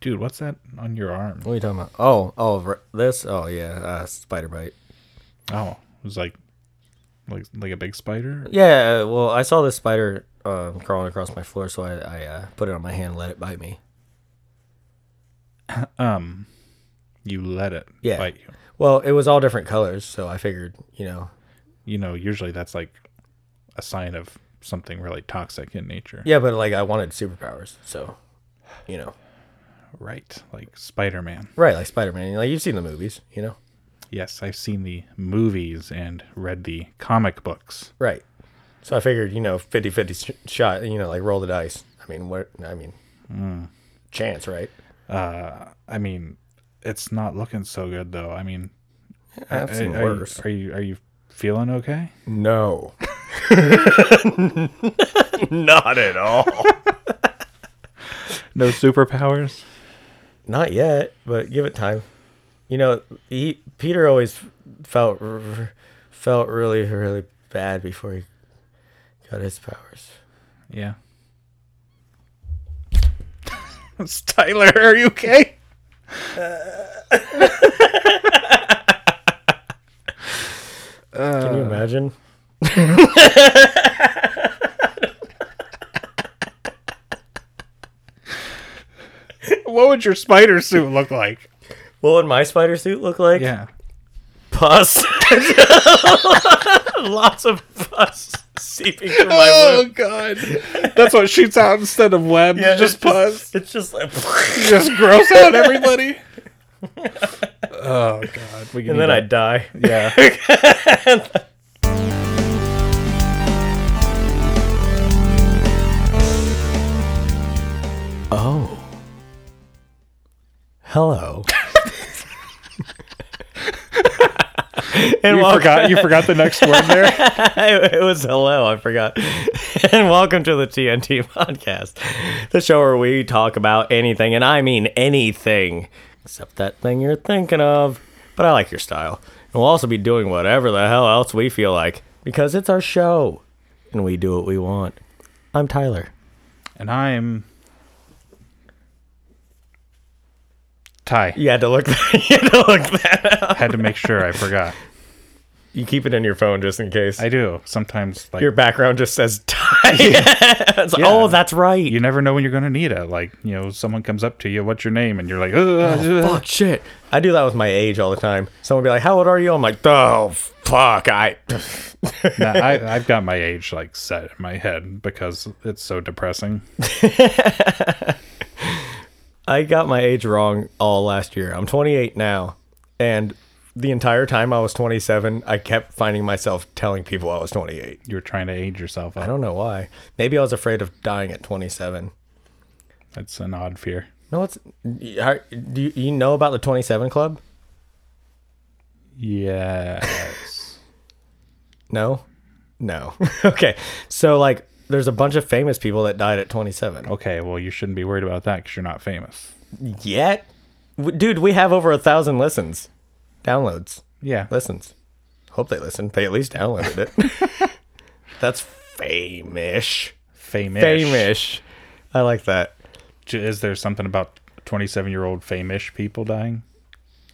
dude, what's that on your arm? What are you talking about? Oh, oh, r- this. Oh yeah, uh, spider bite. Oh, it was like, like like a big spider. Yeah. uh, Well, I saw this spider um, crawling across my floor, so I, I uh, put it on my hand, and let it bite me. Um, you let it Yeah. bite you. Well, it was all different colors, so I figured, you know, You know, usually that's like a sign of something really toxic in nature. yeah, but like I wanted superpowers, so you know, Right, like Spider Man. right, like Spider Man. Like you've seen the movies, you know, Yes, I've seen the movies and read the comic books. right. So I figured, you know, 50-50 sh- shot, you know, like roll the dice. I mean, what? I mean, Mm. chance, right? Uh, I mean, it's not looking so good though. I mean, I've seen are, are you- worse. Are you are you feeling okay? No. Not at all. No superpowers. Not yet, but give it time. You know, he, Peter always felt r- r- felt really really bad before he got his powers. Yeah. It's Tyler, are you okay? Can Uh. you imagine? What would your spider suit look like? What would my spider suit look like? Yeah. Pus. Lots of pus seeping from my Oh wound. god. That's what shoots out instead of webs. Yeah, just it's pus. It's just like, Just gross out everybody. oh god. We can and then I die. Yeah. Oh. Hello. and You welcome- forgot you forgot the next word there. it was hello, I forgot. and welcome to the TNT podcast, the show where we talk about anything, and I mean anything, except that thing you're thinking of. But I like your style. And we'll also be doing whatever the hell else we feel like, because it's our show, and we do what we want. I'm Tyler. And I'm Ty. You had to look. you had to look that. Had to make sure I forgot. You keep it in your phone just in case. I do. Sometimes like your background just says Ty. It's like, Oh, that's right. you never know when you're going to need it. Like, you know, someone comes up to you, what's your name? And you're like, "Ugh, ugh." fuck shit. I do that with my age all the time. Someone be like, "How old are you?" I'm like, "Oh fuck, I." Nah, I, I've got my age like set in my head because it's so depressing. I got my age wrong all last year. I'm 28 now, and the entire time I was 27, I kept finding myself telling people I was 28. You're trying to age yourself I up. don't know why. Maybe I was afraid of dying at 27. That's an odd fear. No, it's how- do you, you know about the 27 club? Yes. No, no. okay, so like, there's a bunch of famous people that died at 27. okay, well, you shouldn't be worried about that because you're not famous. yet W- dude we have over a thousand listens downloads Yeah. listens hope they listened they at least downloaded it that's famish Famous. famish i like that J- Is there something about 27 year old famous people dying?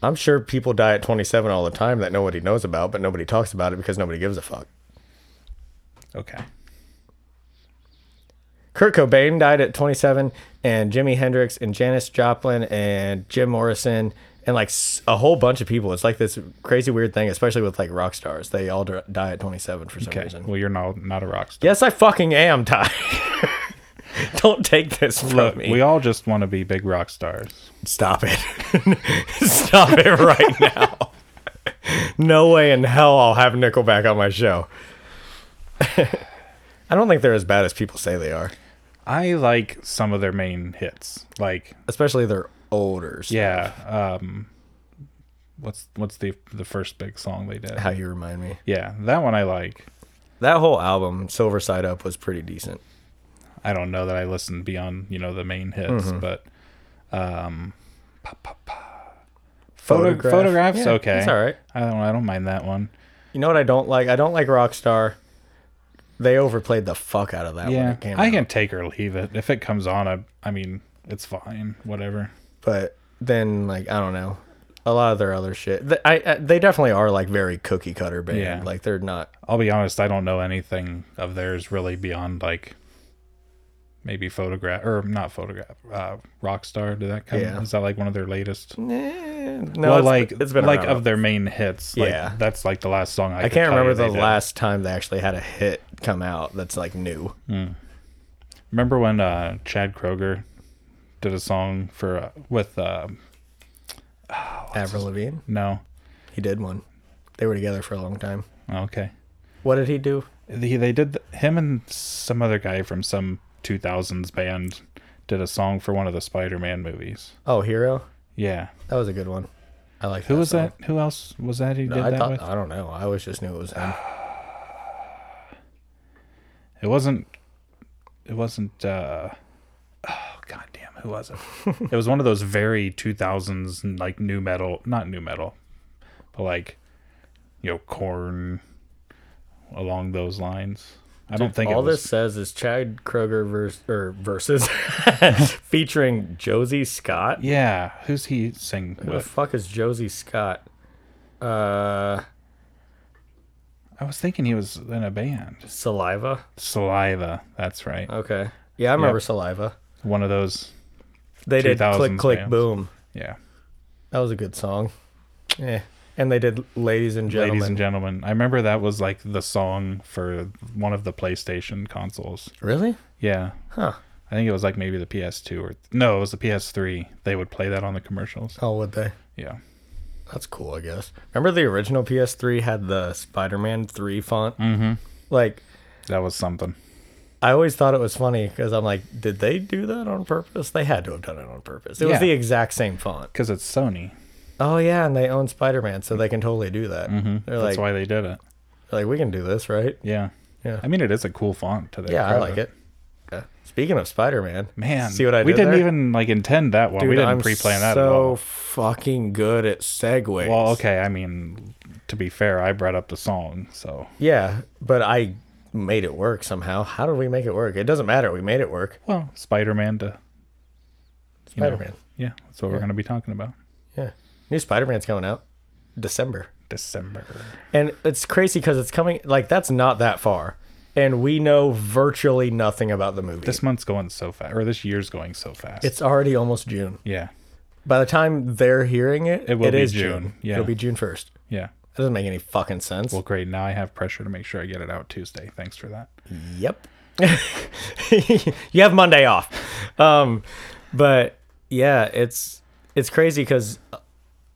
i'm sure people die at 27 all the time that nobody knows about but nobody talks about it because nobody gives a fuck Okay. kurt cobain died at 27 and jimi hendrix and janis joplin and jim morrison and like s- a whole bunch of people it's like this crazy weird thing especially with like rock stars they all d- die at 27 for some Okay. reason Well, you're not, not a rock star. Yes, I fucking am, Ty. Don't take this from Look, me. we all just want to be big rock stars. Stop it. Stop it right now. no way in hell I'll have Nickelback on my show. I don't think they're as bad as people say they are, I like some of their main hits. Like especially their older. stuff. Yeah. Um, what's what's the the first big song they did? How you remind me. Yeah, that one I like. That whole album, Silver Side Up, was pretty decent. I don't know that I listened beyond you know the main hits, Mm-hmm. but um, pa, pa, pa. Photo- photographs Yeah, okay. It's all right. I don't I don't mind that one. You know what I don't like? I don't like Rockstar. They overplayed the fuck out of that when yeah, it came I out. can take or leave it. If it comes on, I I mean it's fine. Whatever. But then, like, I don't know. A lot of their other shit, th- I, I they definitely are like very cookie cutter band. Yeah. Like they're not. I'll be honest, I don't know anything of theirs really beyond like maybe photograph or not photograph uh rockstar did that come Yeah. is that like one of their latest Eh, no, well it's- like it's been like around. of their main hits like, Yeah. that's like the last song i, I could can't tell you remember the they did. last time they actually had a hit come out that's like new. remember when uh chad kroger did a song for uh, with uh Avril Lavigne, no he did one. They were together for a long time. okay What did he do? he, they did th- him and some other guy from some 2000s band did a song for one of the spider-man movies Oh, Hero. yeah That was a good one. I like. who was song. that who else was that he No, did I that thought with I don't know. I always just knew it was him. It wasn't. It wasn't. uh Oh goddamn! Who was it? it was one of those very two thousands like new metal, not new metal, but like you know, corn along those lines. I don't think All it was, this says is Chad Kroger verse, or versus featuring Josie Scott. Yeah, who's he sing Who the with? fuck is Josie Scott? Uh, I was thinking he was in a band. Saliva. Saliva. That's right. Okay. Yeah, I remember Yep. Saliva. One of those. They did click 2000s click bands. boom. Yeah. That was a good song. Yeah. And they did ladies and gentlemen. Ladies and gentlemen, I remember that was like the song for one of the PlayStation consoles. really? Yeah, Huh. I think it was like maybe the PS2 or no, it was the PS3. They would play that on the commercials. Oh, would they? Yeah. That's cool, I guess. Remember the original PS3 had the Spider-Man 3 font? Mm-hmm. Like, That was something. I always thought it was funny because I'm like, did they do that on purpose? They had to have done it on purpose. It was Yeah. the exact same font. Cuz it's Sony. Oh yeah, and they own Spider-Man, so they can totally do that. They're Mm-hmm. That's like, why they did it. they're like, we can do this, right? Yeah. Yeah. I mean it is a cool font to their Yeah, I credit. like it. Yeah. Speaking of Spider-Man, Man, see what I did we didn't there? even like intend that one. Oh, we Dude, didn't I'm pre-plan that at So all. fucking good at segues. Well, okay, I mean to be fair, I brought up the song, so Yeah, but I made it work somehow. How did we make it work? It doesn't matter. We made it work. well, Spider-Man to you know, Spider-Man. yeah, that's what we're going to be talking about. Yeah. New Spider-Man's coming out December. December. And it's crazy because it's coming like that's not that far, and we know virtually nothing about the movie. This month's going so fast or this year's going so fast. it's already almost June. yeah. By the time they're hearing it, It will be is June, yeah. It'll be June first. Yeah. That doesn't make any fucking sense. Well, great. Now I have pressure to make sure I get it out Tuesday. Thanks for that. yep. you have Monday off. Um, but yeah, it's it's crazy because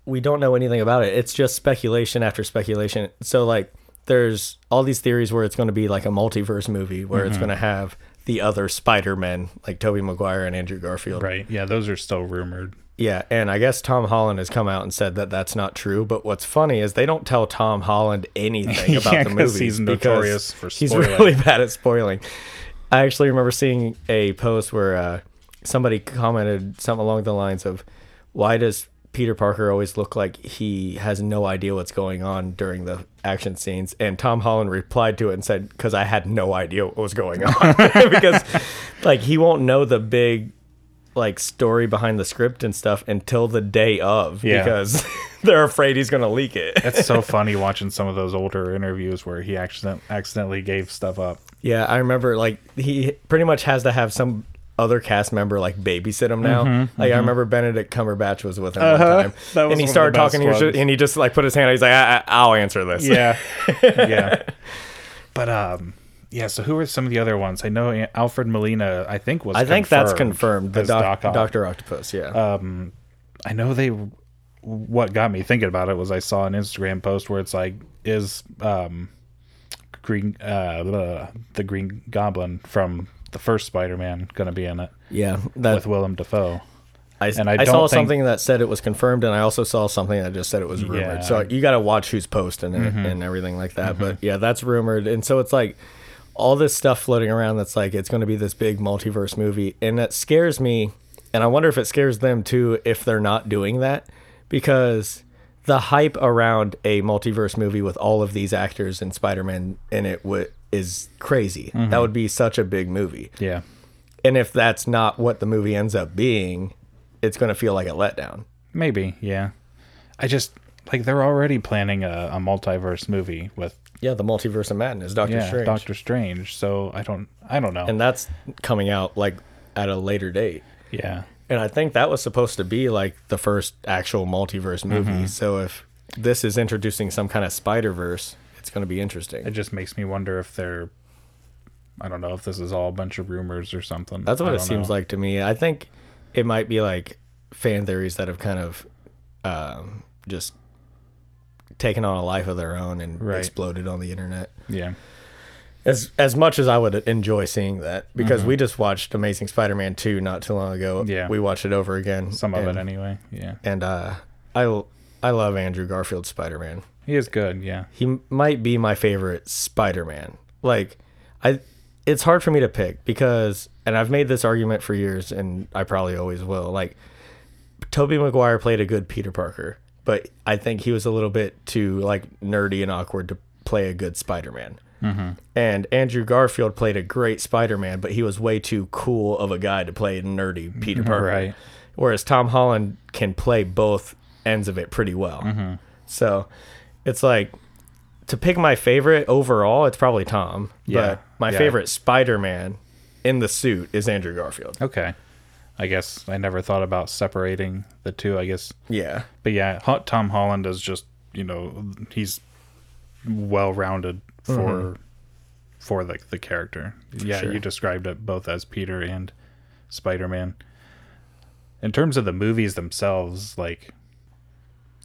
we don't know anything about it. It's just speculation after speculation. So like there's all these theories where it's going to be like a multiverse movie where it's going to have the other Spider-Men like Tobey Maguire and Andrew Garfield. Right. Yeah, those are still rumored. Yeah, and I guess Tom Holland has come out and said that that's not true. But what's funny is they don't tell Tom Holland anything about Yeah, the 'cause movie. he's notorious for he's spoiling. really bad at spoiling. I actually remember seeing a post where uh, somebody commented something along the lines of, "Why does Peter Parker always look like he has no idea what's going on during the action scenes?" And Tom Holland replied to it and said, "Because I had no idea what was going on because, like, he won't know the big." like story behind the script and stuff until the day of Yeah. because they're afraid he's gonna leak it. It's so funny watching some of those older interviews where he accident- accidentally gave stuff up. Yeah, I remember like he pretty much has to have some other cast member like babysit him now. like I remember Benedict Cumberbatch was with him one time, Mm-hmm, Uh-huh. That was and one he of the started best talking. He was just, ones. and he just like put his hand. out. He's like, I- I- "I'll answer this." Yeah. yeah. But um yeah, so who are some of the other ones? I know An- Alfred Molina, I think was I think that's confirmed. The as doc- Doc Uh, Ock. Doctor Octopus. Yeah, I know they what got me thinking about it was I saw an Instagram post where it's like is um green uh the, the green goblin from the first Spider-Man going to be in it yeah. That with Willem Dafoe? I, and I I don't saw think- something that said it was confirmed, and I also saw something that just said it was rumored. Yeah. Mm-hmm. So you got to watch who's posting it and everything like that. But yeah, that's rumored, and so it's like all this stuff floating around that's like it's going to be this big multiverse movie, and that scares me. And I wonder if it scares them too if they're not doing that because the hype around a multiverse movie with all of these actors and Spider-Man in it w- is crazy. Mm-hmm. That would be such a big movie. Yeah. And if that's not what the movie ends up being, it's going to feel like a letdown. Maybe, yeah. I just like they're already planning a, a multiverse movie with Yeah, the multiverse of madness, Doctor yeah, Strange, Doctor Strange. So I don't, I don't know. and that's coming out like at a later date. yeah, And I think that was supposed to be like the first actual multiverse movie. Mm-hmm. So if this is introducing some kind of Spider Verse, it's going to be interesting. it just makes me wonder if they're, I don't know if this is all a bunch of rumors or something. That's what it seems like to me. I think it might be like fan theories that have kind of um, just taken on a life of their own and Right. exploded on the internet. Yeah, As as much as I would enjoy seeing that, because we just watched Amazing Spider-Man two not too long ago. Mm-hmm. Yeah. we watched it over again. some of and, it anyway. Yeah, And uh, I I love Andrew Garfield's Spider-Man. he is good. Yeah, He m- might be my favorite Spider-Man. Like I, it's hard for me to pick because, and I've made this argument for years, and I probably always will. Like, Tobey Maguire played a good Peter Parker, but I think he was a little bit too like nerdy and awkward to play a good Spider-Man. And Andrew Garfield played a great Spider-Man, but he was way too cool of a guy to play a nerdy Peter Parker. Right. Whereas Tom Holland can play both ends of it pretty well. So it's like to pick my favorite overall, it's probably Tom. Yeah. But my Yeah. favorite Spider-Man in the suit is Andrew Garfield. okay. I guess I never thought about separating the two. I guess Yeah. But yeah, Ho- Tom Holland is just you know he's well rounded for for the the character. yeah, Mm-hmm. sure. you described it both as Peter and Spider Man. In terms of the movies themselves, like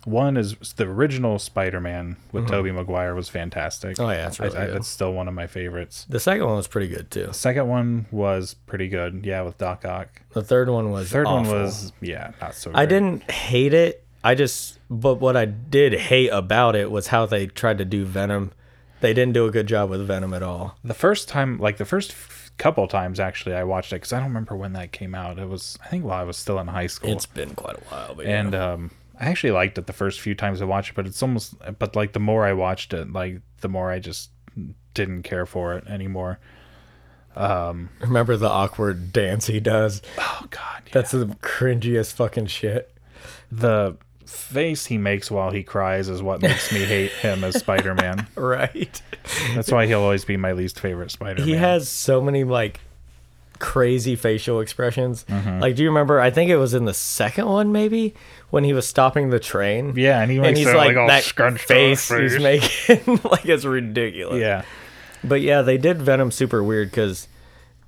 one is the original Spider Man with Tobey Maguire was fantastic. Mm-hmm. Oh, yeah, it's really I, I, good. that's still one of my favorites. The second one was pretty good too. Second one was pretty good. Yeah, with Doc Ock. The third one was Third awful. one was yeah, not so. I great. didn't hate it. I just, but what I did hate about it was how they tried to do Venom. They didn't do a good job with Venom at all. the first time like the first f- couple times actually i watched it because i don't remember when that came out it was i think while i was still in high school It's been quite a while, but and um i actually liked it the first few times i watched it but it's almost but like the more i watched it like the more i just didn't care for it anymore remember the awkward dance he does? oh god yeah. That's the cringiest fucking shit. the face he makes while he cries is what makes me hate him as spider-man Right. that's why he'll always be my least favorite spider-man He has so many like crazy facial expressions. Mm-hmm. Like, do you remember? I think it was in the second one, maybe when he was stopping the train. yeah and he and makes he's that, like, all that scrunched up face, face. he's making like it's ridiculous. yeah But yeah, they did Venom super weird because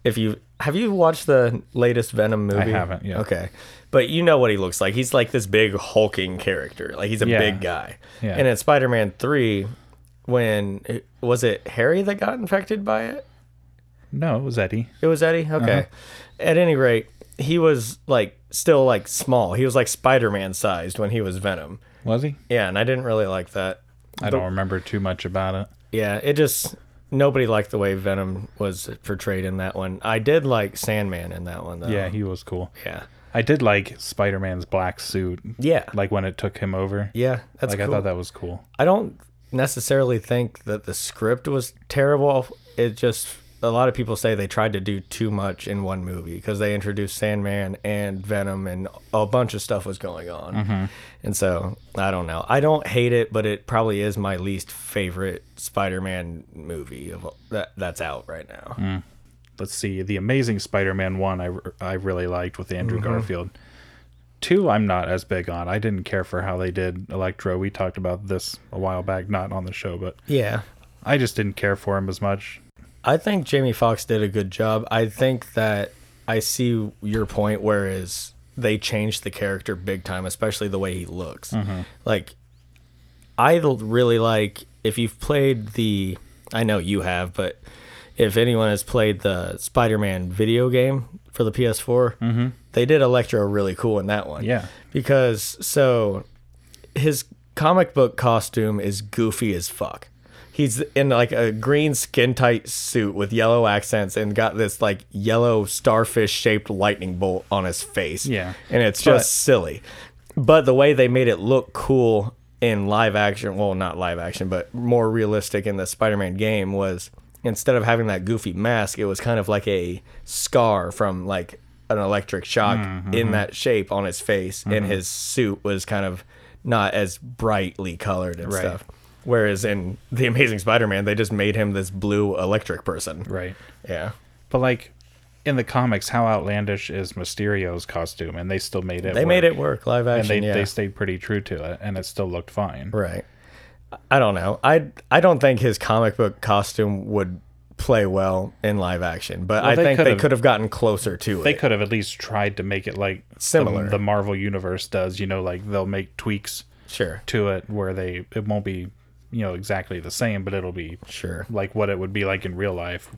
if you have you watched the latest Venom movie? haven't, yeah. Okay, but you know what he looks like. He's like this big hulking character. Like he's a Yeah. big guy. Yeah. And in Spider-Man Three, when was it Harry that got infected by it? no it was eddie It was Eddie. Uh-huh. Okay. At any rate, he was like still like small. He was like Spider-Man sized when he was Venom. was he Yeah, and I didn't really like that. i don't remember too much about it Yeah, it just nobody liked the way Venom was portrayed in that one. I did like Sandman in that one though. Yeah, he was cool. yeah, I did like Spider Man's black suit, yeah, like when it took him over. yeah. That's like cool. I thought that was cool. I don't necessarily think that the script was terrible. It just a lot of people say they tried to do too much in one movie because they introduced Sandman and Venom and a bunch of stuff was going on. And so I don't know. I don't hate it, but it probably is my least favorite Spider-Man movie of all- that that's out right now. Let's see, the Amazing Spider Man one I, r- I really liked with Andrew Mm-hmm. Garfield. Two, I'm not as big on. I didn't care for how they did Electro. We talked about this a while back, not on the show, but Yeah, I just didn't care for him as much. I think Jamie Foxx did a good job. I think that I see your point, whereas they changed the character big time, especially the way he looks. Like, I l- really like if you've played the, I know you have, but if anyone has played the Spider Man video game for the PS4, they did Electro really cool in that one. Yeah. Because, so his comic book costume is goofy as fuck. He's in like a green skin tight suit with yellow accents and got this like yellow starfish shaped lightning bolt on his face. Yeah. And it's But- just silly. But the way they made it look cool in live action, well, not live action, but more realistic in the Spider Man game was instead of having that goofy mask, it was kind of like a scar from like a an electric shock Mm-hmm, in that shape on his face, and his suit was kind of not as brightly colored and Right. stuff. Whereas in The Amazing Spider Man, they just made him this blue electric person. Right. Yeah. But like in the comics, how outlandish is Mysterio's costume? And they still made it. They made it work live and action. they yeah. they stayed pretty true to it, and it still looked fine. Right. I don't know. I I don't think his comic book costume would play well in live action, but I they think they could've- could have gotten closer to They it. could have at least tried to make it like the- Similar. The, Marvel universe does, you know, like they'll make tweaks Sure. to it where they it won't be, you know, exactly the same, but it'll be Sure. like what it would be like in real life.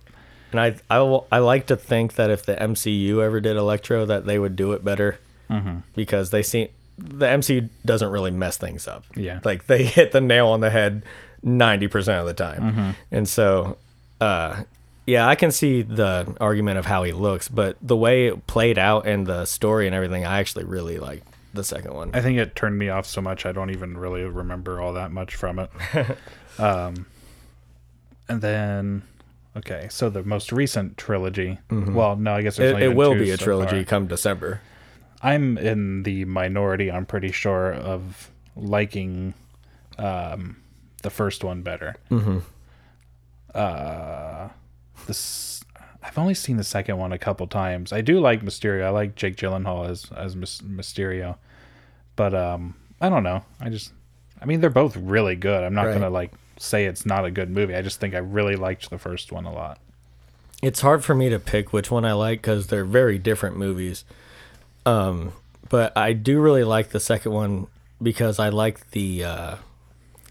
And I I will- I like to think that if the MCU ever did Electro, that they would do it better Mm-hmm. because they seem the MCU doesn't really mess things up. Yeah. like they hit the nail on the head ninety percent of the time, Mm-hmm. and so. Uh, yeah, I can see the argument of how he looks, but the way it played out and the story and everything, I actually really like the second one. I think it turned me off so much I don't even really remember all that much from it. um, and then, okay, so the most recent trilogy. Well, no, I guess there's Mm-hmm. only It, it been will two be a so trilogy far. come December. I'm in the minority. I'm pretty sure of liking um, the first one better. Mm-hmm. Uh, this I've only seen the second one a couple times. I do like Mysterio. I like Jake Gyllenhaal as as Mys- Mysterio, but um, I don't know. I just, I mean, they're both really good. I'm not Right. gonna like say it's not a good movie. I just think I really liked the first one a lot. It's hard for me to pick which one I like because they're very different movies. Um, but I do really like the second one because I like the uh,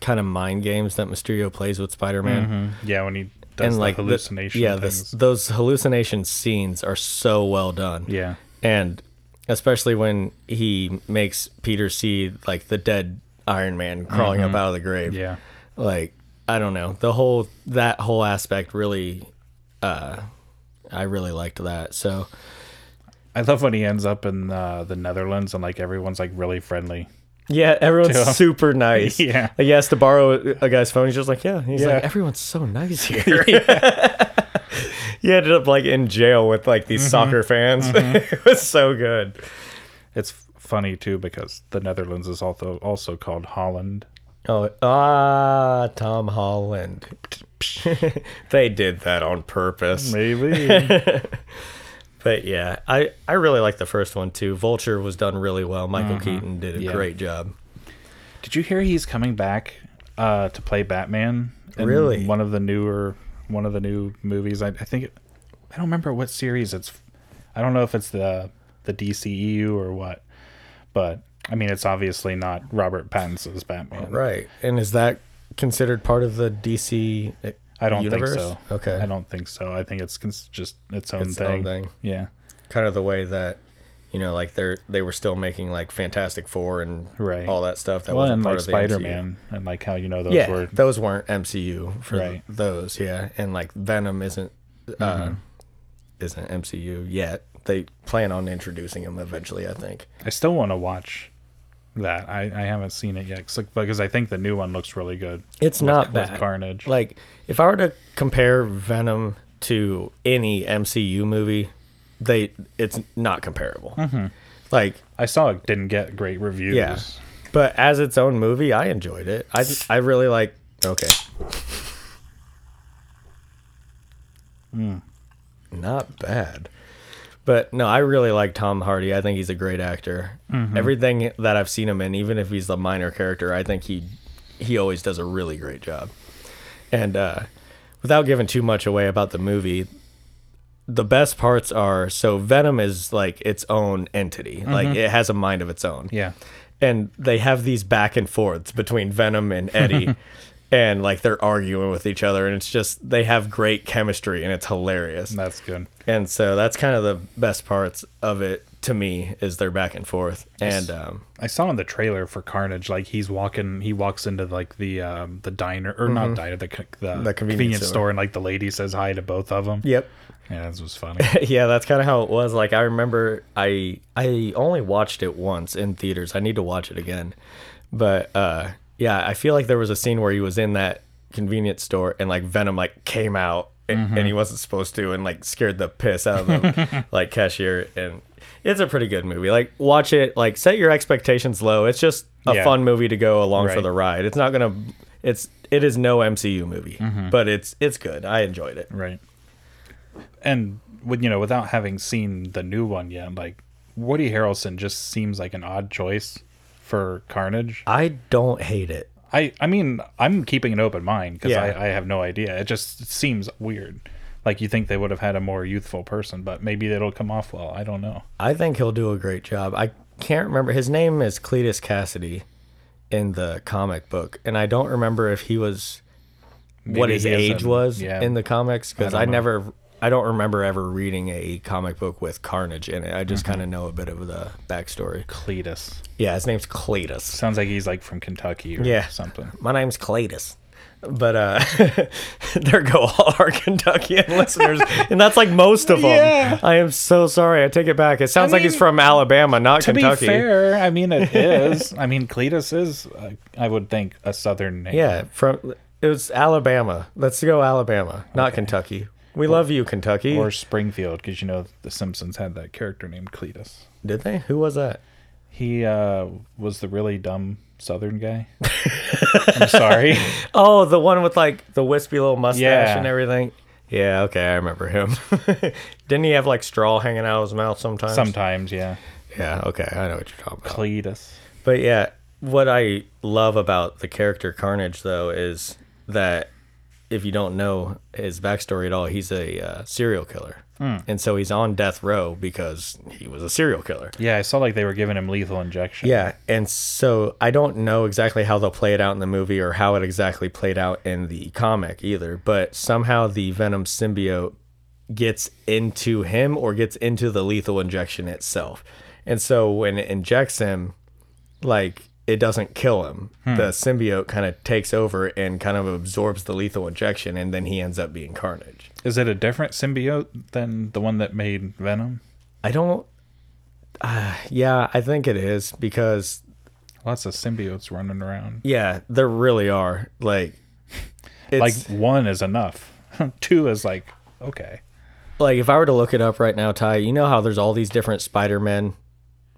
kind of mind games that Mysterio plays with Spider-Man Yeah, when he does Mm-hmm. the Mm-hmm. the- hallucination yeah, things. this, those hallucination scenes are so well done. yeah, and especially when he makes Peter see like the dead Iron Man crawling Mm-hmm. up out of the grave yeah. like I don't know the whole that whole aspect really uh I really liked that so I love when he ends up in uh, the Netherlands and like everyone's like really friendly. yeah everyone's Yeah. super nice Yeah. like, he has to borrow a guy's phone he's just like yeah he's Yeah. like everyone's so nice here he ended up like in jail with like Mm-hmm. these soccer fans it was so good It's f- funny too because the Netherlands is also also called Holland. oh ah Tom Holland they did that on purpose Maybe. But yeah, I, I really like the first one too. Vulture was done really well. Michael Keaton did a Mm-hmm. Yeah. great job. Did you hear he's coming back uh, to play Batman? In Really? One of the newer one of the new movies. I, I think it, I don't remember what series it's. f- I don't know if it's the the DCEU or what, but I mean it's obviously not Robert Pattinson's Batman. Right. And is that considered part of the DC? I don't universe? think so. Okay. I don't think so. I think it's cons- just its own Its thing. own thing. Yeah. Kind of the way that, you know, like they're they were still making like Fantastic Four and Right. all that stuff that well, wasn't and part like of the Spider MCU. Man, and like how you know those Yeah, were those weren't MCU for Right. Mm-hmm. those. Yeah, and like Venom isn't uh, isn't MCU yet. They plan on introducing him eventually, I think. I still want to watch that. I, I haven't seen it yet 'cause, like, because I think the new one looks really good. It's not with bad. Carnage. Like, if I were to compare Venom to any MCU movie, they it's not comparable. Like, I saw it didn't get great reviews. yeah, but as its own movie, I enjoyed it. I I really like. Okay. Not bad. But no, I really like Tom Hardy. I think he's a great actor. Everything that I've seen him in, even if he's the minor character, I think he he always does a really great job. And uh, without giving too much away about the movie, the best parts are so Venom is like its own entity. Like it has a mind of its own Yeah. and they have these back and forths between Venom and Eddie, and like they're arguing with each other, and it's just they have great chemistry, and it's hilarious. That's good. And so that's kind of the best parts of it to me is their back and forth, and um, I saw in the trailer for Carnage, like he's walking, he walks into like the um, the diner or not diner, the c- the, Mm-hmm. The convenience convenience store. store, and like the lady says hi to both of them. yep, yeah, this was funny. yeah, that's kind of how it was. Like I remember, I I only watched it once in theaters. I need to watch it again, but uh, yeah, I feel like there was a scene where he was in that convenience store and like Venom like Mm-hmm. came out and, and he wasn't supposed to and like scared the piss out of the like cashier and it's a pretty good movie. Like watch it. Like set your expectations low. It's just a Yeah. fun movie to go along for Right. the ride. It's not gonna. It's it is no MCU movie, Mm-hmm. but it's it's good. I enjoyed it. Right. And with you know, without having seen the new one yet, like Woody Harrelson just seems like an odd choice for Carnage. I don't hate it. I I mean, I'm keeping an open mind because Yeah. I, I have no idea. It just seems weird. Like you think they would have had a more youthful person, but maybe it'll come off well. I don't know. I think he'll do a great job. I can't remember his name is Cletus Cassidy in the comic book, and I don't remember if he was what Maybe his he is age in- was yeah. in the comics because I I, don't know. never. I don't remember ever reading a comic book with Carnage in it. I Mm-hmm. just kind of know a bit of the backstory. Cletus Yeah, his name's Cletus. sounds like he's like from Kentucky or Yeah. something. My name's Cletus. But uh, there go all our Kentuckian listeners, and that's like most of them. Yeah. I am so sorry. I take it back. It sounds like he's mean, from Alabama, not To Kentucky. be fair, I mean it is. I mean Cletus is, uh, I would think, a southern name. Yeah, from it was Alabama. Let's go Alabama, not Kentucky. We love you, Kentucky. or Springfield, because you know the Simpsons had that character named Cletus. Did they? Who was that? He uh, was the really dumb Southern guy. I'm sorry. Oh, the one with like the wispy little mustache Yeah. and everything. Yeah, okay, I remember him. Didn't he have like straw hanging out of his mouth sometimes? Sometimes, yeah. Yeah, okay, I know what you're talking about. Cletus. But yeah, what I love about the character Carnage though is that if you don't know his backstory at all, he's a uh, serial killer, and so he's on death row because he was a serial killer. Yeah, I saw like they were giving him lethal injection. Yeah, and so I don't know exactly how they'll play it out in the movie or how it exactly played out in the comic either, but somehow the Venom symbiote gets into him or gets into the lethal injection itself. And so when it injects him, like it doesn't kill him. The symbiote kind of takes over and kind of absorbs the lethal injection and then he ends up being Carnage. Is it a different symbiote than the one that made Venom? I don't uh, yeah, I think it is because Lots of symbiotes running around. Yeah, there really are. Like, it's, like, like one is enough. Two is like okay. like if I were to look it up right now, Ty, you know how there's all these different Spider Men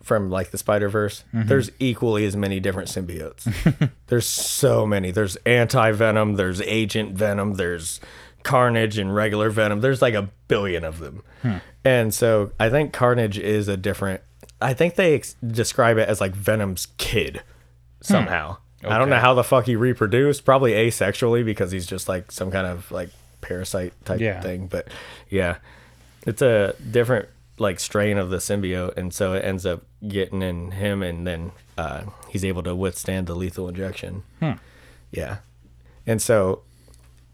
from like the Spider Verse. There's equally as many different symbiotes. there's so many. There's anti Venom. There's Agent Venom. There's Carnage and regular Venom. There's like a billion of them. And so I think Carnage is a different. I think they ex- describe it as like Venom's kid somehow. I don't know how the fuck he reproduced. Probably asexually because he's just like some kind of like parasite type Yeah. thing. But yeah, it's a different like strain of the symbiote, and so it ends up getting in him, and then uh, he's able to withstand the lethal injection. Yeah, and so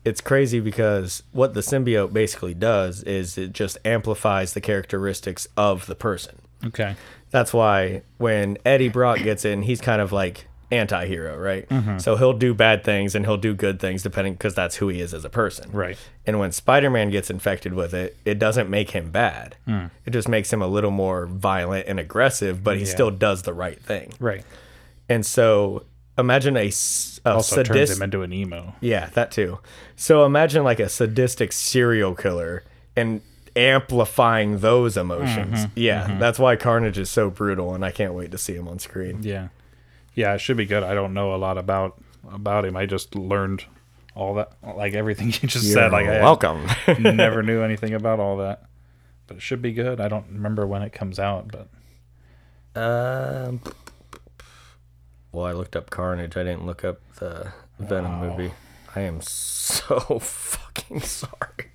it's crazy because what the symbiote basically does is it just amplifies the characteristics of the person. Okay. That's why when Eddie Brock gets in, he's kind of like anti-hero, right? So he'll do bad things and he'll do good things depending because that's who he is as a person. Right. And when Spider-Man gets infected with it, it doesn't make him bad. Hmm. It just makes him a little more violent and aggressive, but he still does the right thing. Right. And so imagine a, s- a Also turns sadistic him into an emo. yeah, that too. So imagine like a sadistic serial killer and amplifying those emotions. Mm-hmm. Yeah, that's why Carnage is so brutal, and I can't wait to see him on screen. Yeah. Yeah, it should be good. I don't know a lot about about him. I just learned all that like everything you just said. Like I had welcome. never knew anything about all that. But it should be good. I don't remember when it comes out, but um, well, I looked up Carnage. I didn't look up the Venom movie. I am so fucking sorry.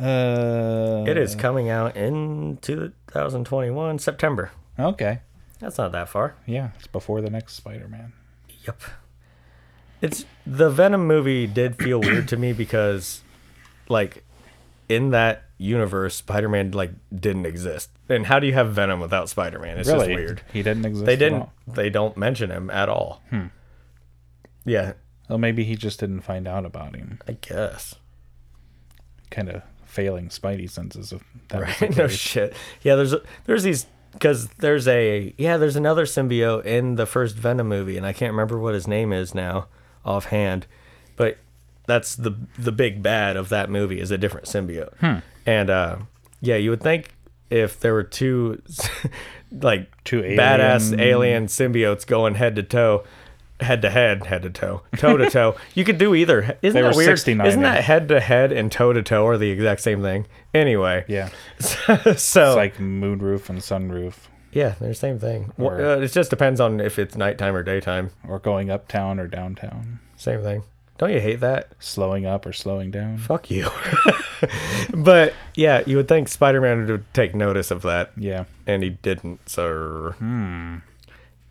uh, It is coming out in 2021 September. okay. That's not that far. Yeah, it's before the next Spider-Man. Yep. It's the Venom movie did feel weird to me because like in that universe Spider-Man like didn't exist. And how do you have Venom without Spider-Man? It's just weird. He didn't exist. They at didn't all. they don't Hmm. mention him at all. Yeah, Well, maybe he just didn't find out about him. I guess. Kind of failing Spidey senses of that. was the Right? No case. shit. Yeah, there's there's these because there's a yeah there's another symbiote in the first Venom movie, and I can't remember what his name is now offhand, but that's Hmm. the the big bad of that movie is a different symbiote, and uh, yeah, you would think if there were two like Two badass alien- alien symbiotes going head to toe, head to head, head to toe, toe to toe. You could do either. Isn't They that were weird? 69 Isn't -ing. that head to head and toe to toe are the exact same thing? Anyway, Yeah. so Oh. It's like moonroof and sunroof, yeah, they're the same thing. Or- Uh, it just depends on if it's nighttime or daytime. or going uptown or downtown, Same thing. Don't you hate that? slowing up or slowing down. Fuck you. but yeah, you would think Spider Man would take notice of that, Yeah. and he didn't, sir. Hmm.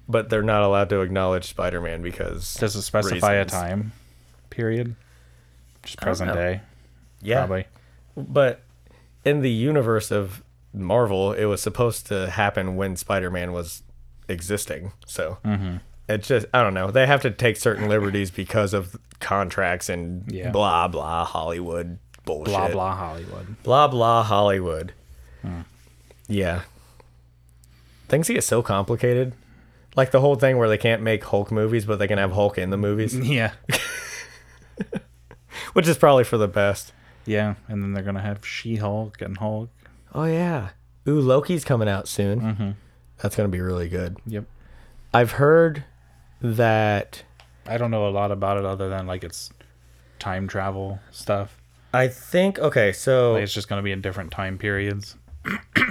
But they're not allowed to acknowledge Spider Man because. Does it specify reasons. a time period? Just present know. day, Yeah. probably. But in the universe of Marvel, it was supposed to happen when Spider Man was existing. So Mm-hmm. it's just, I don't know. They have to take certain liberties because of contracts and Yeah. blah, blah, Hollywood bullshit. Blah Hmm. blah Hollywood. blah blah Hollywood. Yeah, things get so complicated. Like the whole thing where they can't make Hulk movies, but they can have Hulk in the movies, Yeah. which is probably for the best. Yeah, and then they're gonna have She Hulk and Hulk. Oh yeah, ooh Loki's coming out soon. Mm-hmm. That's gonna be really good. Yep. I've heard that. I don't know a lot about it other than like it's time travel stuff. I think okay, so Like, it's just gonna be in different time periods.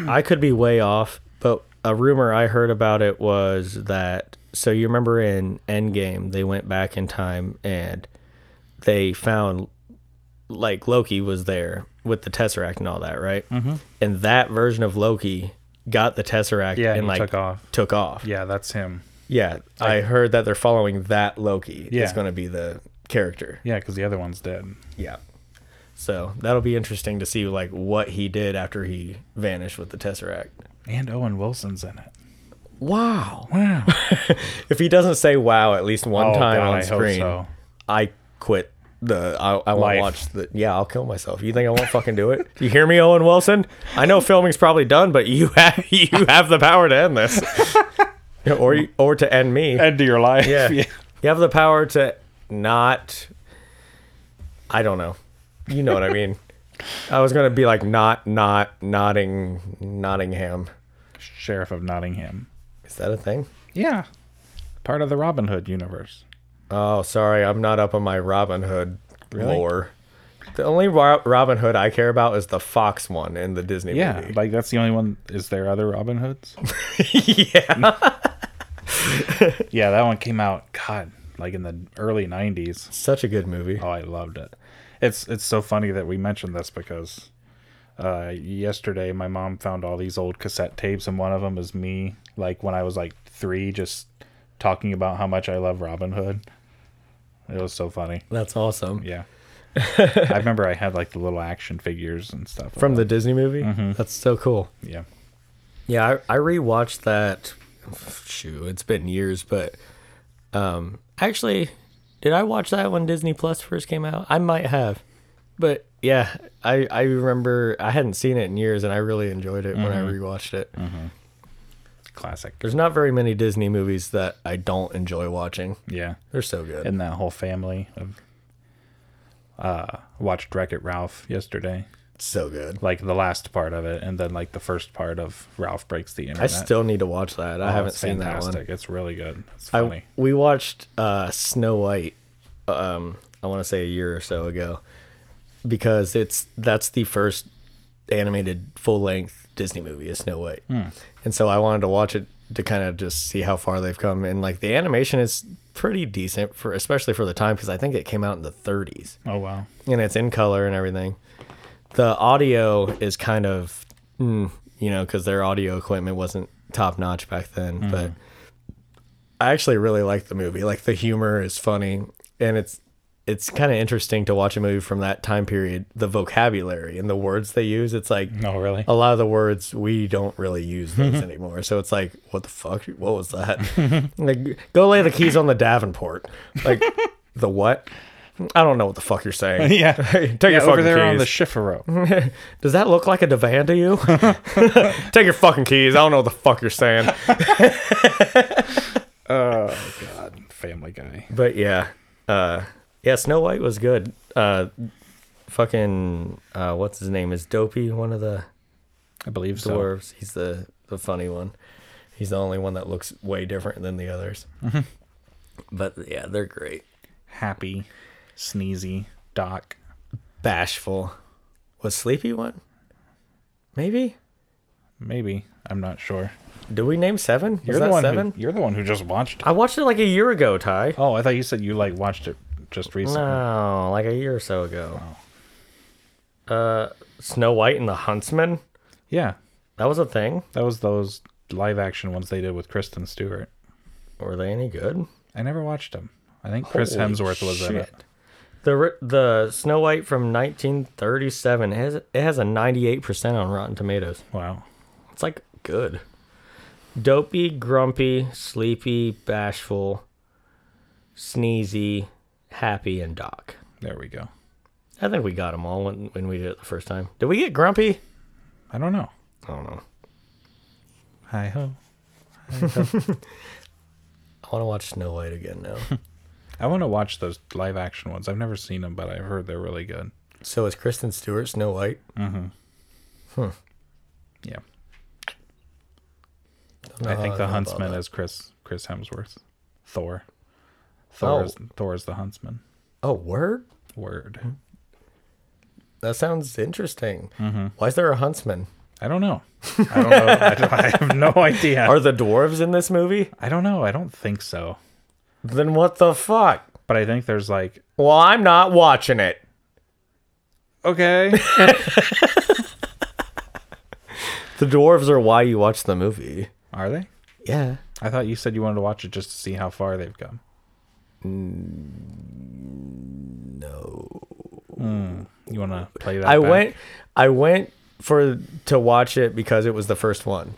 I could be way off, but a rumor I heard about it was that so you remember in Endgame they went back in time and they found like Loki was there with the Tesseract and all that, right? Mm-hmm. And that version of Loki got the Tesseract Yeah, and he like took off. Took off. Yeah, Yeah, that's him. I, heard that they're following that Loki. Yeah, is Yeah. going to be the character. Yeah, because the other one's dead. Yeah. So that'll be interesting to see like what he did after he vanished with the Tesseract. And Owen Wilson's in it. Wow. Wow. If he doesn't say wow at least one Oh, time God, on I hope screen, so. I quit the. I, I won't Life. watch the. Yeah, I'll kill myself. You think I won't fucking do it? You hear me, Owen Wilson? I know filming's probably done, but you have you have the power to end this, or you- or to end me. End of your life. Yeah. you have the power to not. I don't know. You know what I mean. I was gonna be like not not nodding Nottingham. Sheriff of Nottingham. Is that a thing? Yeah. Part of the Robin Hood universe. Oh, sorry, I'm not up on my Robin Hood Really? lore. The only Ro- Robin Hood I care about is the Fox one in the Disney Yeah, movie. like that's the only one. Is there other Robin Hoods? yeah. yeah, that one came out. God, like in the early '90s. Such a good movie. Oh, I loved it. It's it's so funny that we mentioned this because uh, yesterday my mom found all these old cassette tapes, and one of them is me, like when I was like three, just talking about how much I love Robin Hood. It was so funny. That's awesome. Yeah, I remember I had like the little action figures and stuff From the Disney movie? That's so cool. yeah. Yeah, I, I rewatched that. Shoot, it's been years, but um, actually, did I watch that when Disney Plus first came out? I might have, but yeah, I I remember I hadn't seen it in years, and I really enjoyed it when I Mm-hmm. rewatched it. Mm. Classic. There's not very many Disney movies that I don't enjoy watching. Yeah, They're so good. and that whole family of. Uh, watched Wreck It Ralph yesterday, so good. like the last part of it, and then like the first part of Ralph Breaks the Internet. I still need to watch that. I Oh, haven't it's seen that one. fantastic. It's really good. It's I, funny. we watched uh, Snow White. Um, I want to say a year or so ago, because it's that's the first animated full length Disney movie is Snow White, and so I wanted to watch it to kind of just see how far they've come. And like the animation is pretty decent for especially for the time because I think it came out in the 30s. oh wow. and it's in color and everything. The audio is kind of, mm, you know, because their audio equipment wasn't top notch back then. But I actually really like the movie. Like the humor is funny, and it's it's kind of interesting to watch a movie from that time period. The vocabulary and the words they use. It's like No, Oh, really. a lot of the words we don't really use those anymore. So it's like, what the fuck? What was that? like, go lay the keys on the Davenport. Like, the what? I don't know what the fuck you're saying. Yeah. take yeah, your over fucking there on the keys. Schiffero. Does that look like a divan to you? take your fucking keys. I don't know what the fuck you're saying. Family Guy. But yeah, uh, yeah, Snow White was good. Uh, fucking, uh, what's his name? Is Dopey one of the I believe so. dwarves. He's the the funny one. He's the only one that looks way different than the others. Mm-hmm. But yeah, they're great. Happy, sneezy, Doc. Bashful was Sleepy one. Maybe. Maybe I'm not sure. Do we name seven? Was the that one. seven? Who, you're the one who just watched it. I watched it like a year ago, Ty. Oh, I thought you said you like watched it just recently. No, like a year or so ago. Uh, Snow White and the Huntsman. Yeah, That was a thing. that was those live action ones they did with Kristen Stewart. Were they any good? I never watched them. I think Chris Holy Hemsworth was in it. shit. The ri- the Snow White from 1937 it has it has a 98% on Rotten Tomatoes. Wow. It's like good. Dopey, grumpy, sleepy, bashful, sneezy, happy, and doc. There we go. I think we got them all when, when we did it the first time. Did we get grumpy? I don't know. I don't know. Hi ho. I want to watch Snow White again now. I want to watch those live action ones. I've never seen them, but I've heard they're really good. so is Kristen Stewart Snow White? Yeah. know I think the how I feel about Huntsman that. is Chris Chris Hemsworth. Thor. Thor Oh. is Thor is the Huntsman. Oh, word? Hmm. Word. That sounds interesting. Why is there a huntsman? I don't know. I don't know. I, don't- I have no idea. Are the dwarves in this movie? I don't know. I don't think so. Then what the fuck? But I think there's like Well, I'm not watching it. okay. The dwarves are why you watch the movie. Are they? Yeah. I thought you said you wanted to watch it just to see how far they've come. Mm, No. Hmm. You want to play that? I back? went I went for to watch it because it was the first one.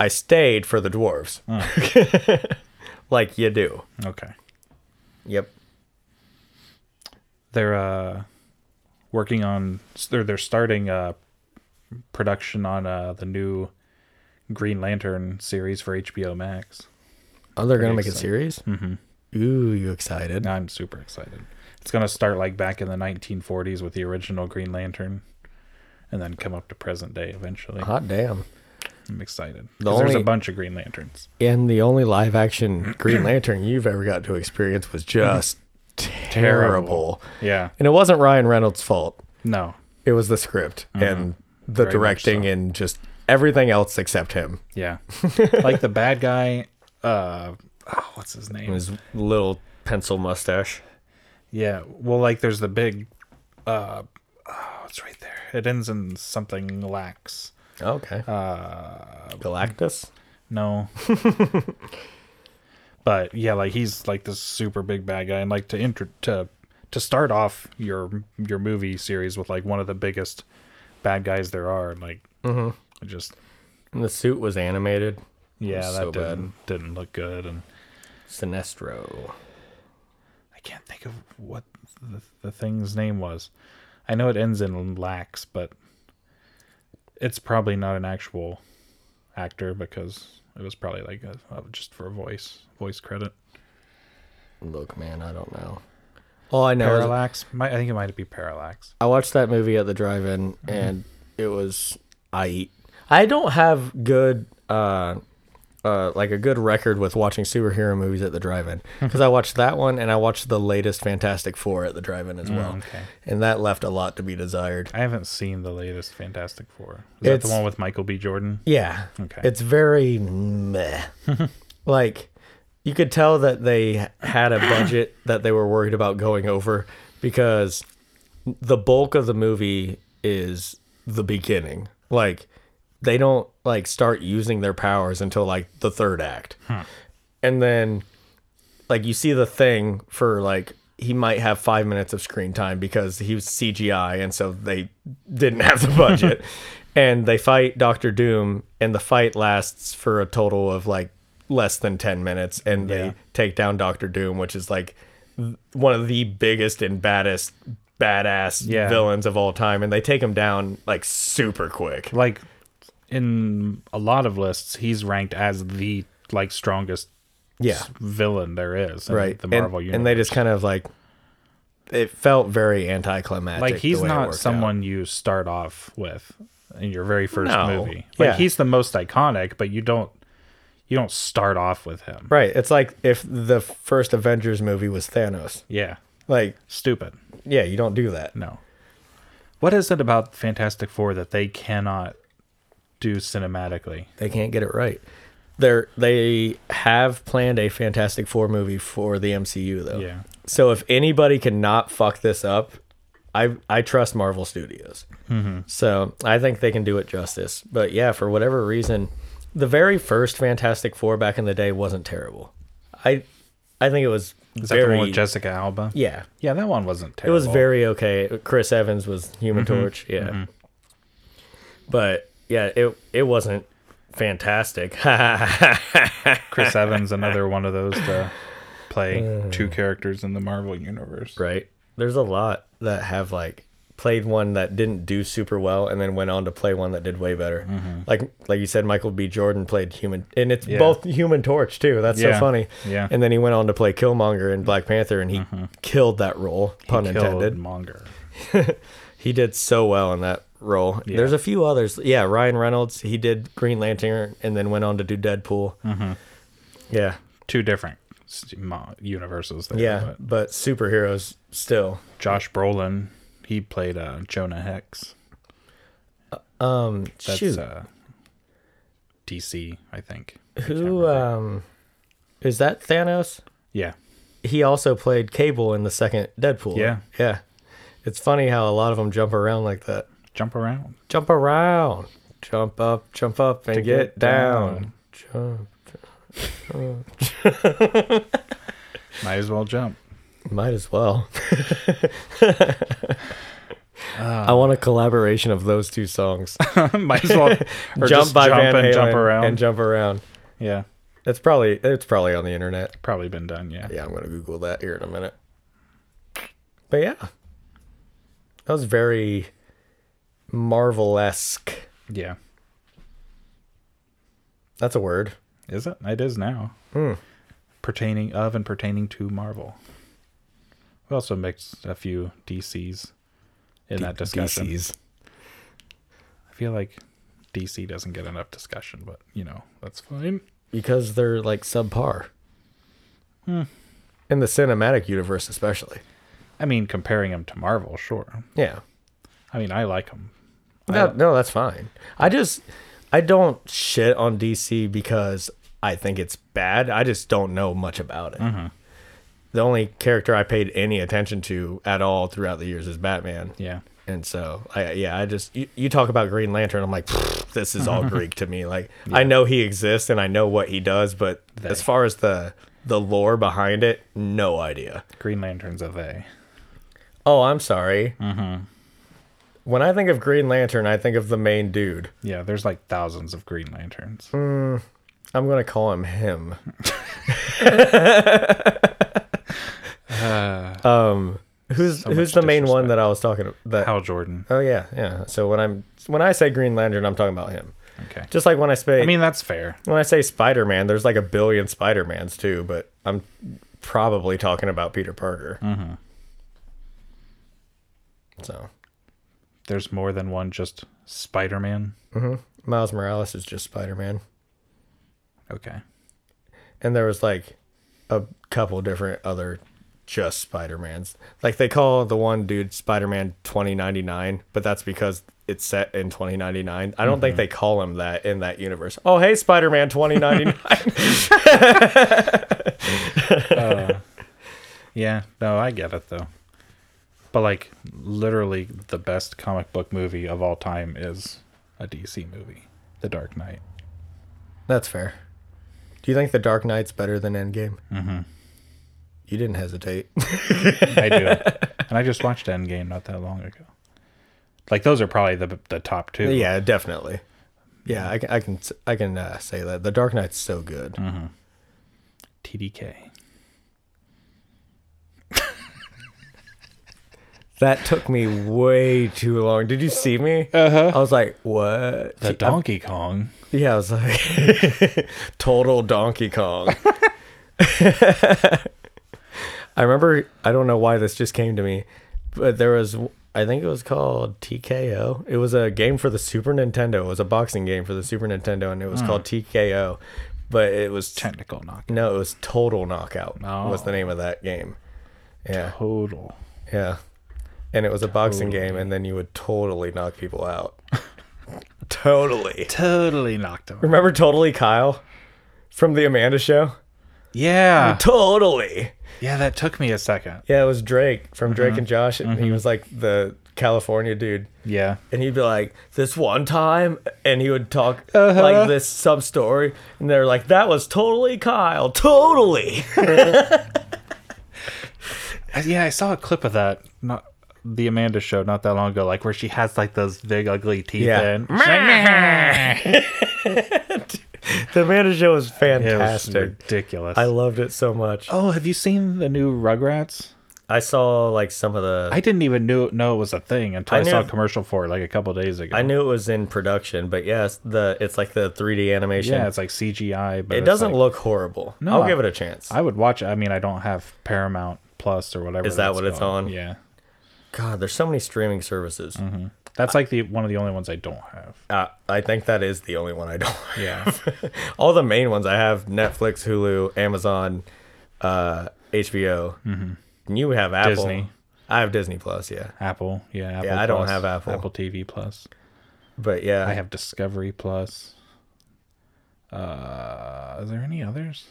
I stayed for the dwarves. Mm. like you do. Okay. Yep. they're uh, working on they're they're starting uh, production on uh, the new Green Lantern series for HBO Max. Oh, they're gonna make a series? Mm-hmm. Ooh, you excited? I'm super excited. It's gonna start like back in the 1940s with the original Green Lantern, and then come up to present day eventually. Hot damn. I'm excited. Uh-huh. The 'Cause There's a only- bunch of Green Lanterns. And the only live action Green Lantern you've ever got to experience was just Mhm. terrible. Yeah. And it wasn't Ryan Reynolds' fault. No. It was the script and the Very much directing so. and just everything else except him. Yeah. like the bad guy. Uh, oh, what's his name? His little pencil mustache. Yeah. Well, like there's the big uh oh, it's right there. It ends in something lax. Okay. Uh, Galactus. No. but yeah, like he's like this super big bad guy and like to intro to to start off your your movie series with like one of the biggest bad guys there are like Mm-hmm. it just And the suit was animated. yeah, was that so bad. didn't didn't look good and Sinestro. I can't think of what the, the thing's name was. I know it ends in lax, but it's probably not an actual actor because it was probably like a, uh, just for a voice voice credit. Look, man, I don't know. All I know is Parallax, might, I think it might be Parallax. I watched that movie at the drive-in, and it was I eat. I don't have good, uh, uh, like a good record with watching superhero movies at the drive-in because I watched that one and I watched the latest Fantastic Four at the drive-in as well, okay. and that left a lot to be desired. I haven't seen the latest Fantastic Four. Is that It's- the one with Michael B. Jordan? Yeah. Okay. It's very meh. like you could tell that they had a budget that they were worried about going over because the bulk of the movie is the beginning. Like they don't like start using their powers until like the third act. And then like you see the thing for like he might have five minutes of screen time because he was CGI and so they didn't have the budget. and they fight Doctor Doom and the fight lasts for a total of like less than ten minutes and Yeah. they take down Doctor Doom, which is like th- one of the biggest and baddest badass Yeah. villains of all time, and they take him down like super quick. Like in a lot of lists, he's ranked as the like strongest Yeah. villain there is in right the Marvel and, universe. and they just kind of like it felt very anticlimactic like the he's way it not worked someone you start off with in your very first No. movie. Like Yeah. he's the most iconic, but you don't you don't start off with him. Right. It's like if the first Avengers movie was Thanos. Yeah. Like, Stupid. yeah, you don't do that. No. What is it about Fantastic Four that they cannot do cinematically? They can't get it right. They're they have planned a Fantastic Four movie for the MCU though. Yeah. So if anybody can not fuck this up, I I trust Marvel Studios. Mm-hmm. So I think they can do it justice. But yeah, for whatever reason, the very first Fantastic Four back in the day wasn't terrible. I I think it was Is that very the one with Jessica Alba? yeah. Yeah, that one wasn't It terrible. was very okay. Chris Evans was Human Mm-hmm. Torch, yeah. But yeah, it it wasn't fantastic. Chris Evans, another one of those to play two characters in the Marvel universe. Uh. right? There's a lot that have like played one that didn't do super well and then went on to play one that did way better. Mm-hmm. Like like you said, Michael B. Jordan played Human, and it's both Human Torch too. That's so Yeah. funny. Yeah. Mm-hmm. And then he went on to play Killmonger in Black Panther, and he killed that role. Pun Killed intended. Monger. He did so well in that role. There's a few others. Yeah, Ryan Reynolds. He did Green Lantern, and then went on to do Deadpool. Mm-hmm. Yeah, Two different s- mo- universes there. yeah, but but superheroes still. Josh Brolin, he played uh, Jonah Hex. Um, That's shoot. Uh, DC, I think. Who um is that Thanos? Yeah. He also played Cable in the second Deadpool. Yeah. Yeah. It's funny how a lot of them jump around like that. Jump around. Jump around. Jump up, jump up and get, get down. down. Jump. Might as well jump. Might as well. Uh, I want a collaboration of those two songs. Might as well. or jump just by Van and jump Halen around. and jump around. yeah. It's probably it's probably on the internet. Probably been done. Yeah. Yeah, I'm gonna Google that here in a minute. But yeah, that was very Marvel esque. Yeah. That's a word. Is it? It is now. Hmm. Pertaining of and pertaining to Marvel. We also mixed a few DCs in that discussion. DCs. I feel like DC doesn't get enough discussion, but you know that's fine. because they're like subpar. Hmm. In the cinematic universe, especially. I mean, comparing them to Marvel, sure. Yeah. I mean, I like them. No, no, that's fine. I just I don't shit on DC because I think it's bad. I just don't know much about it. The only character I paid any attention to at all throughout the years is Batman. Yeah, And so, I, yeah, I just you, you talk about Green Lantern, I'm like, "Pfft, this is all Greek to me. Like, I know he exists and I know what he does, but as far as the the lore behind it, no idea. Green Lantern's a they. Oh, I'm sorry. When I think of Green Lantern, I think of the main dude. Yeah, there's like thousands of Green Lanterns. I'm gonna call him him. Uh, um, who's much who's the main one disrespect. that I was talking about? That, Hal Jordan. oh yeah, yeah. So when I'm when I say Green Lantern, I'm talking about him. Okay. Just like when I say I mean, that's fair. when I say Spider Man, there's like a billion Spider Mans too, but I'm probably talking about Peter Parker. Mm-hmm. So There's more than one just Spider-Man. Miles Morales is just Spider Man, Okay. and there was like a couple different other just Spider Mans. Like they call the one dude Spider Man 2099, but that's because it's set in 2099. I don't think they call him that in that universe. Oh hey, Spider Man 2099. Uh, Yeah, no, I get it though. But like literally the best comic book movie of all time is a DC movie, The Dark Knight. That's fair. Do you think The Dark Knight's better than Endgame? Mm-hmm. You didn't hesitate. I do. and I just watched Endgame not that long ago. Like those are probably the the top 2. yeah, definitely. Yeah, I can, I can, I can uh, say that The Dark Knight's so good. TDK. That took me way too long. Did you see me? Uh-huh. I was like, what? The Donkey Kong. Yeah, I was like, total Donkey Kong. I remember, I don't know why this just came to me. But there was, I think it was called TKO. It was a game for the Super Nintendo. It was a boxing game for the Super Nintendo, and it Hmm. was called TKO. But it was Technical knock. no, it was Total Knockout. Oh. Was the name of that game? Yeah, Total. yeah. And it was a boxing game, and then you would totally knock people out. totally. Totally knocked him. Remember Totally Kyle from the Amanda Show? Yeah. Totally. Yeah, that took me a second. Yeah, it was Drake from Drake and Josh, and he was like the California dude. Yeah. And he'd be like, this one time, and he would talk like this some story, and they're like, that was totally Kyle, totally. I- Yeah, I saw a clip of that. Not the Amanda show not that long ago, like where she has like those big ugly teeth Yeah. in. the Amanda Show was It was fantastic. ridiculous. I loved it so much. oh, have you seen the new Rugrats? I saw like some of the. I didn't even knew know it was a thing until I I, saw a knew- commercial for it like a couple days ago. I knew it was in production, but yes, the it's like the 3D animation. Yeah, it's like CGI, but it it's doesn't like- look horrible. No, I'll I- give it a chance. I would watch. it. I mean, I don't have Paramount Plus or whatever. Is that that's what it's called. on? Yeah, God, there's so many streaming services. that's like the one of the only ones I don't have. Uh, I think that is the only one I don't. Yeah, All the main ones I have: Netflix, Hulu, Amazon, uh, HBO. And you have Apple. Mm-hmm. Disney. I have Disney Plus. Yeah, Apple. Yeah, Apple Yeah, I don't Plus, have Apple. Apple TV Plus. but yeah, I have Discovery Plus. Uh, is there any others?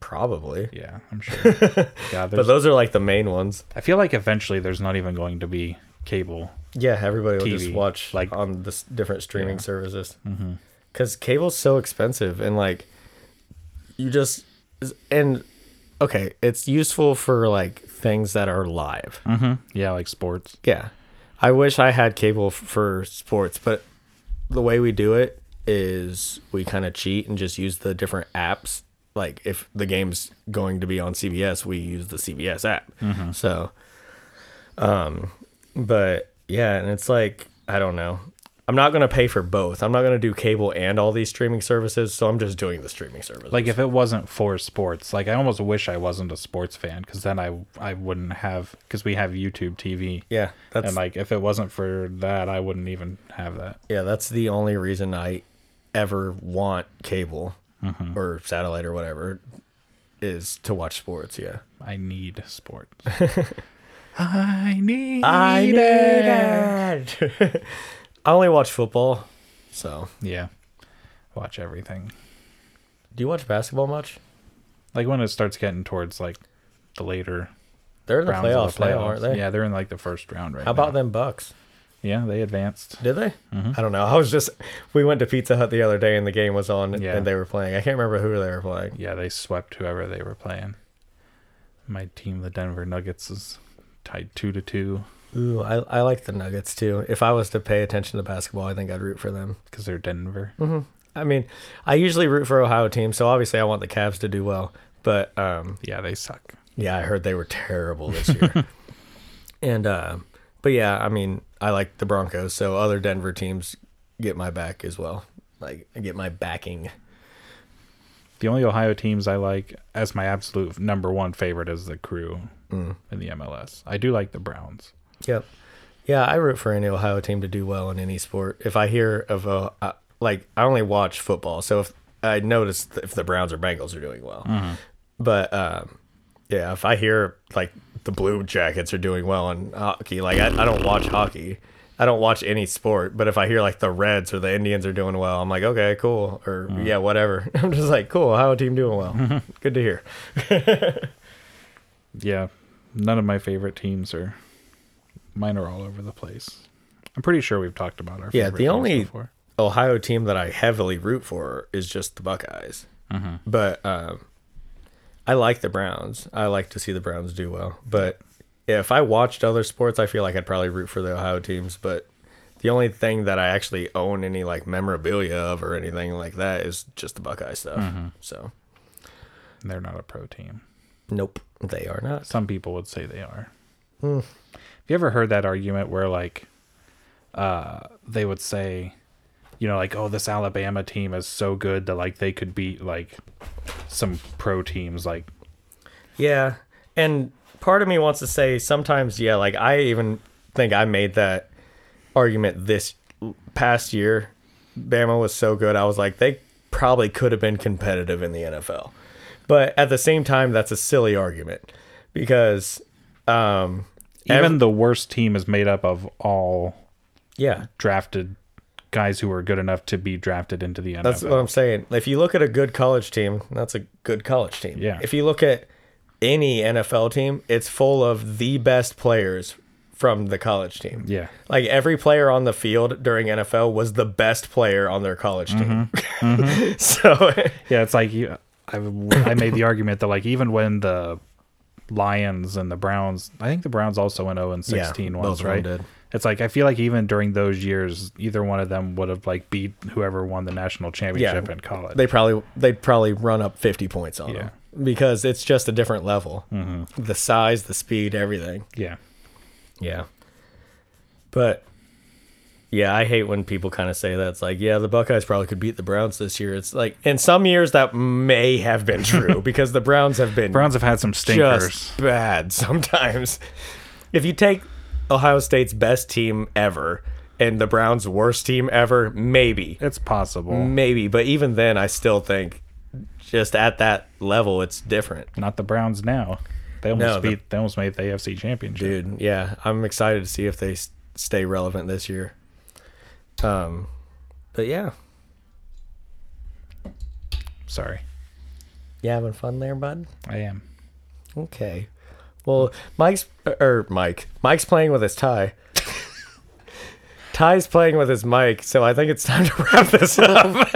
probably. Yeah, I'm sure. yeah, But there's. those are like the main ones. I feel like eventually there's not even going to be cable. Yeah, everybody will just TV, watch like like- Mm-hmm. on the s- different streaming services. Because cable's so expensive, and like you just and okay, it's useful for like things that are live. Yeah, like sports. Yeah. I wish I had cable f- for sports, but the way we do it is we kind of cheat and just use the different apps. Like if the game's going to be on CBS, we use the CBS app. So um but yeah, and it's like I don't know. I'm not going to pay for both. I'm not going to do cable and all these streaming services, so I'm just doing the streaming service. like if it wasn't for sports like i almost wish i wasn't a sports fan because then i i wouldn't have because we have youtube tv yeah, that's and like if it wasn't for that i wouldn't even have that Yeah, that's the only reason I ever want cable Mm-hmm. or satellite or whatever is to watch sports. Yeah. i need sports i need it. I only watch football. So, yeah watch everything do you watch basketball much? like when it starts getting towards like the later They're in the rounds playoffs, of the playoffs now, aren't they? yeah they're in like the first round right How about now. them Bucks? yeah they advanced Did they? Mm-hmm. I don't know. I was just we went to Pizza Hut the other day and the game was on Yeah. and they were playing. I can't remember who they were playing. yeah they swept whoever they were playing my team the denver nuggets is tied two to two Ooh, I, I like the Nuggets too. If I was to pay attention to basketball, I think I'd root for them. because they're Denver. Hmm. I mean, I usually root for Ohio teams, so obviously I want the Cavs to do well. But um, Yeah, they suck. yeah, I heard they were terrible this year. and uh, but yeah, I mean, I like the Broncos, so other Denver teams get my back as well. Like get my backing. The only Ohio teams I like as my absolute number one favorite is the Crew Hmm. in the MLS. I do like the Browns. Yep. Yeah, I root for any Ohio team to do well in any sport. If I hear of a uh, like, I only watch football, so if I notice th- if the Browns or Bengals are doing well, but um, yeah, if I hear like the Blue Jackets are doing well in hockey, like I, I don't watch hockey. I don't watch any sport, but if I hear like the Reds or the Indians are doing well, I'm like, okay, cool, or yeah, whatever. I'm just like, cool, Ohio team doing well. Good to hear. Yeah, none of my favorite teams are. Mine are all over the place. I'm pretty sure we've talked about our Yeah, favorite the teams only before. Ohio team that I heavily root for is just the Buckeyes. But um, I like the Browns. I like to see the Browns do well. But if I watched other sports, I feel like I'd probably root for the Ohio teams. But the only thing that I actually own any like memorabilia of or anything like that is just the Buckeye stuff. So they're not a pro team. nope, they are not. Some people would say they are. Hmm. Have you ever heard that argument where like uh they would say, you know, like, oh this Alabama team is so good that like they could beat like some pro teams like Yeah, and part of me wants to say sometimes, yeah, like I even think I made that argument this past year. Bama was so good. I was like, they probably could have been competitive in the NFL. But at the same time, that's a silly argument because, um, Even ev- the worst team is made up of all yeah, drafted guys who are good enough to be drafted into the NFL. That's what I'm saying. If you look at a good college team, that's a good college team. Yeah. If you look at any NFL team, it's full of the best players from the college team. yeah. Like every player on the field during NFL was the best player on their college team. Mm-hmm. so Yeah, it's like you, I, I made the argument that like even when the Lions and the Browns, I think the Browns also went 0 and 16 Yeah, both once, of them right? did. It's like I feel like even during those years, either one of them would have like beat whoever won the national championship in college. they probably they'd probably run up 50 points on Yeah. Mm-hmm. them because it's just a different level. The size, the speed, everything. yeah, Yeah. But Yeah, I hate when people kind of say that. It's like, yeah, the Buckeyes probably could beat the Browns this year. It's like, in some years that may have been true because the Browns have been Browns have had some stinkers. just bad sometimes. If you take Ohio State's best team ever and the Browns' worst team ever, maybe, it's possible. maybe. But even then, I still think just at that level, it's different. Not the Browns now. They almost No, the- beat. they almost made the AFC championship. Dude, yeah, I'm excited to see if they s- stay relevant this year. Um, but yeah, Sorry, you having fun there, bud? I am. Okay. Well, Mike's or Mike. Mike's playing with his tie. Ty's playing with his mic, so I think it's time to wrap this up.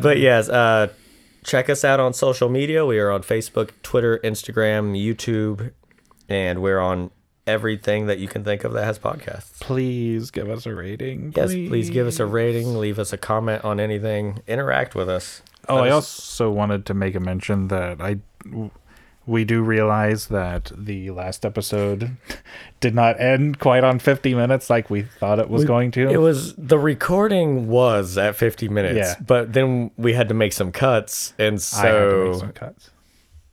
but yes, uh, check us out on social media. We are on Facebook, Twitter, Instagram, YouTube, and we're on everything that you can think of that has podcasts. Please give us a rating. Yes, please give us a rating, leave us a comment on anything, interact with us. Oh, Let I us- also wanted to make a mention that I we do realize that the last episode did not end quite on 50 minutes like we thought it was going to. It was the recording was at 50 minutes, Yeah. but then we had to make some cuts, and I had to make so some cuts.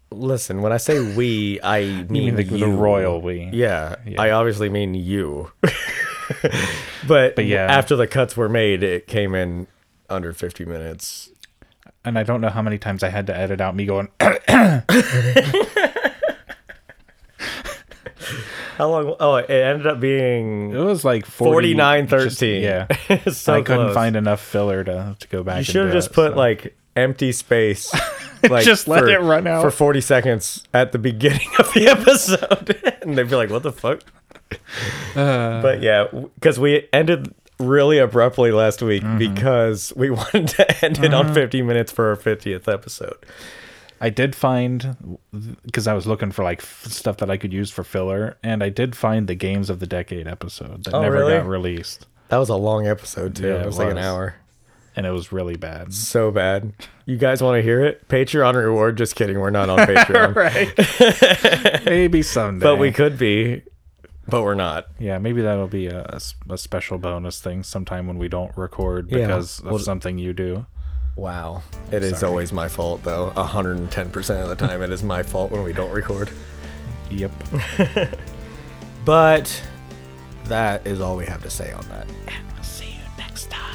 listen. When I say we, I mean, You mean the, the you. royal we? Yeah, Yeah. I obviously mean you. but, yeah. after the cuts were made, it came in under 50 minutes. And I don't know how many times I had to edit out me going How long? Oh, it ended up It being was like 40, 49 just- 13. yeah. so I couldn't close. find enough filler to, to go back. You and should have do just it, put so. like empty space. Like Just let it run out. for 40 seconds at the beginning of the episode, and they'd be like, "What the fuck?" Uh. but yeah, because we ended really abruptly last week Mm-hmm. because we wanted to end it on 50 minutes for our 50th episode. I did find because I was looking for like f- stuff that I could use for filler, and I did find the games of the decade episode that Oh, never really? got released, That was a long episode too. Yeah, it it was like an was. hour. and it was really bad. So bad. You guys want to hear it? Patreon reward? Just kidding. We're not on Patreon, Right? maybe someday, but we could be, but we're not. yeah, maybe that'll be a, a s- a special bonus thing sometime when we don't record Yeah, because well- of something you do. Wow. it is always my fault, though. 110% of the time, it is my fault when we don't record. Yep. But that is all we have to say on that. See you next time.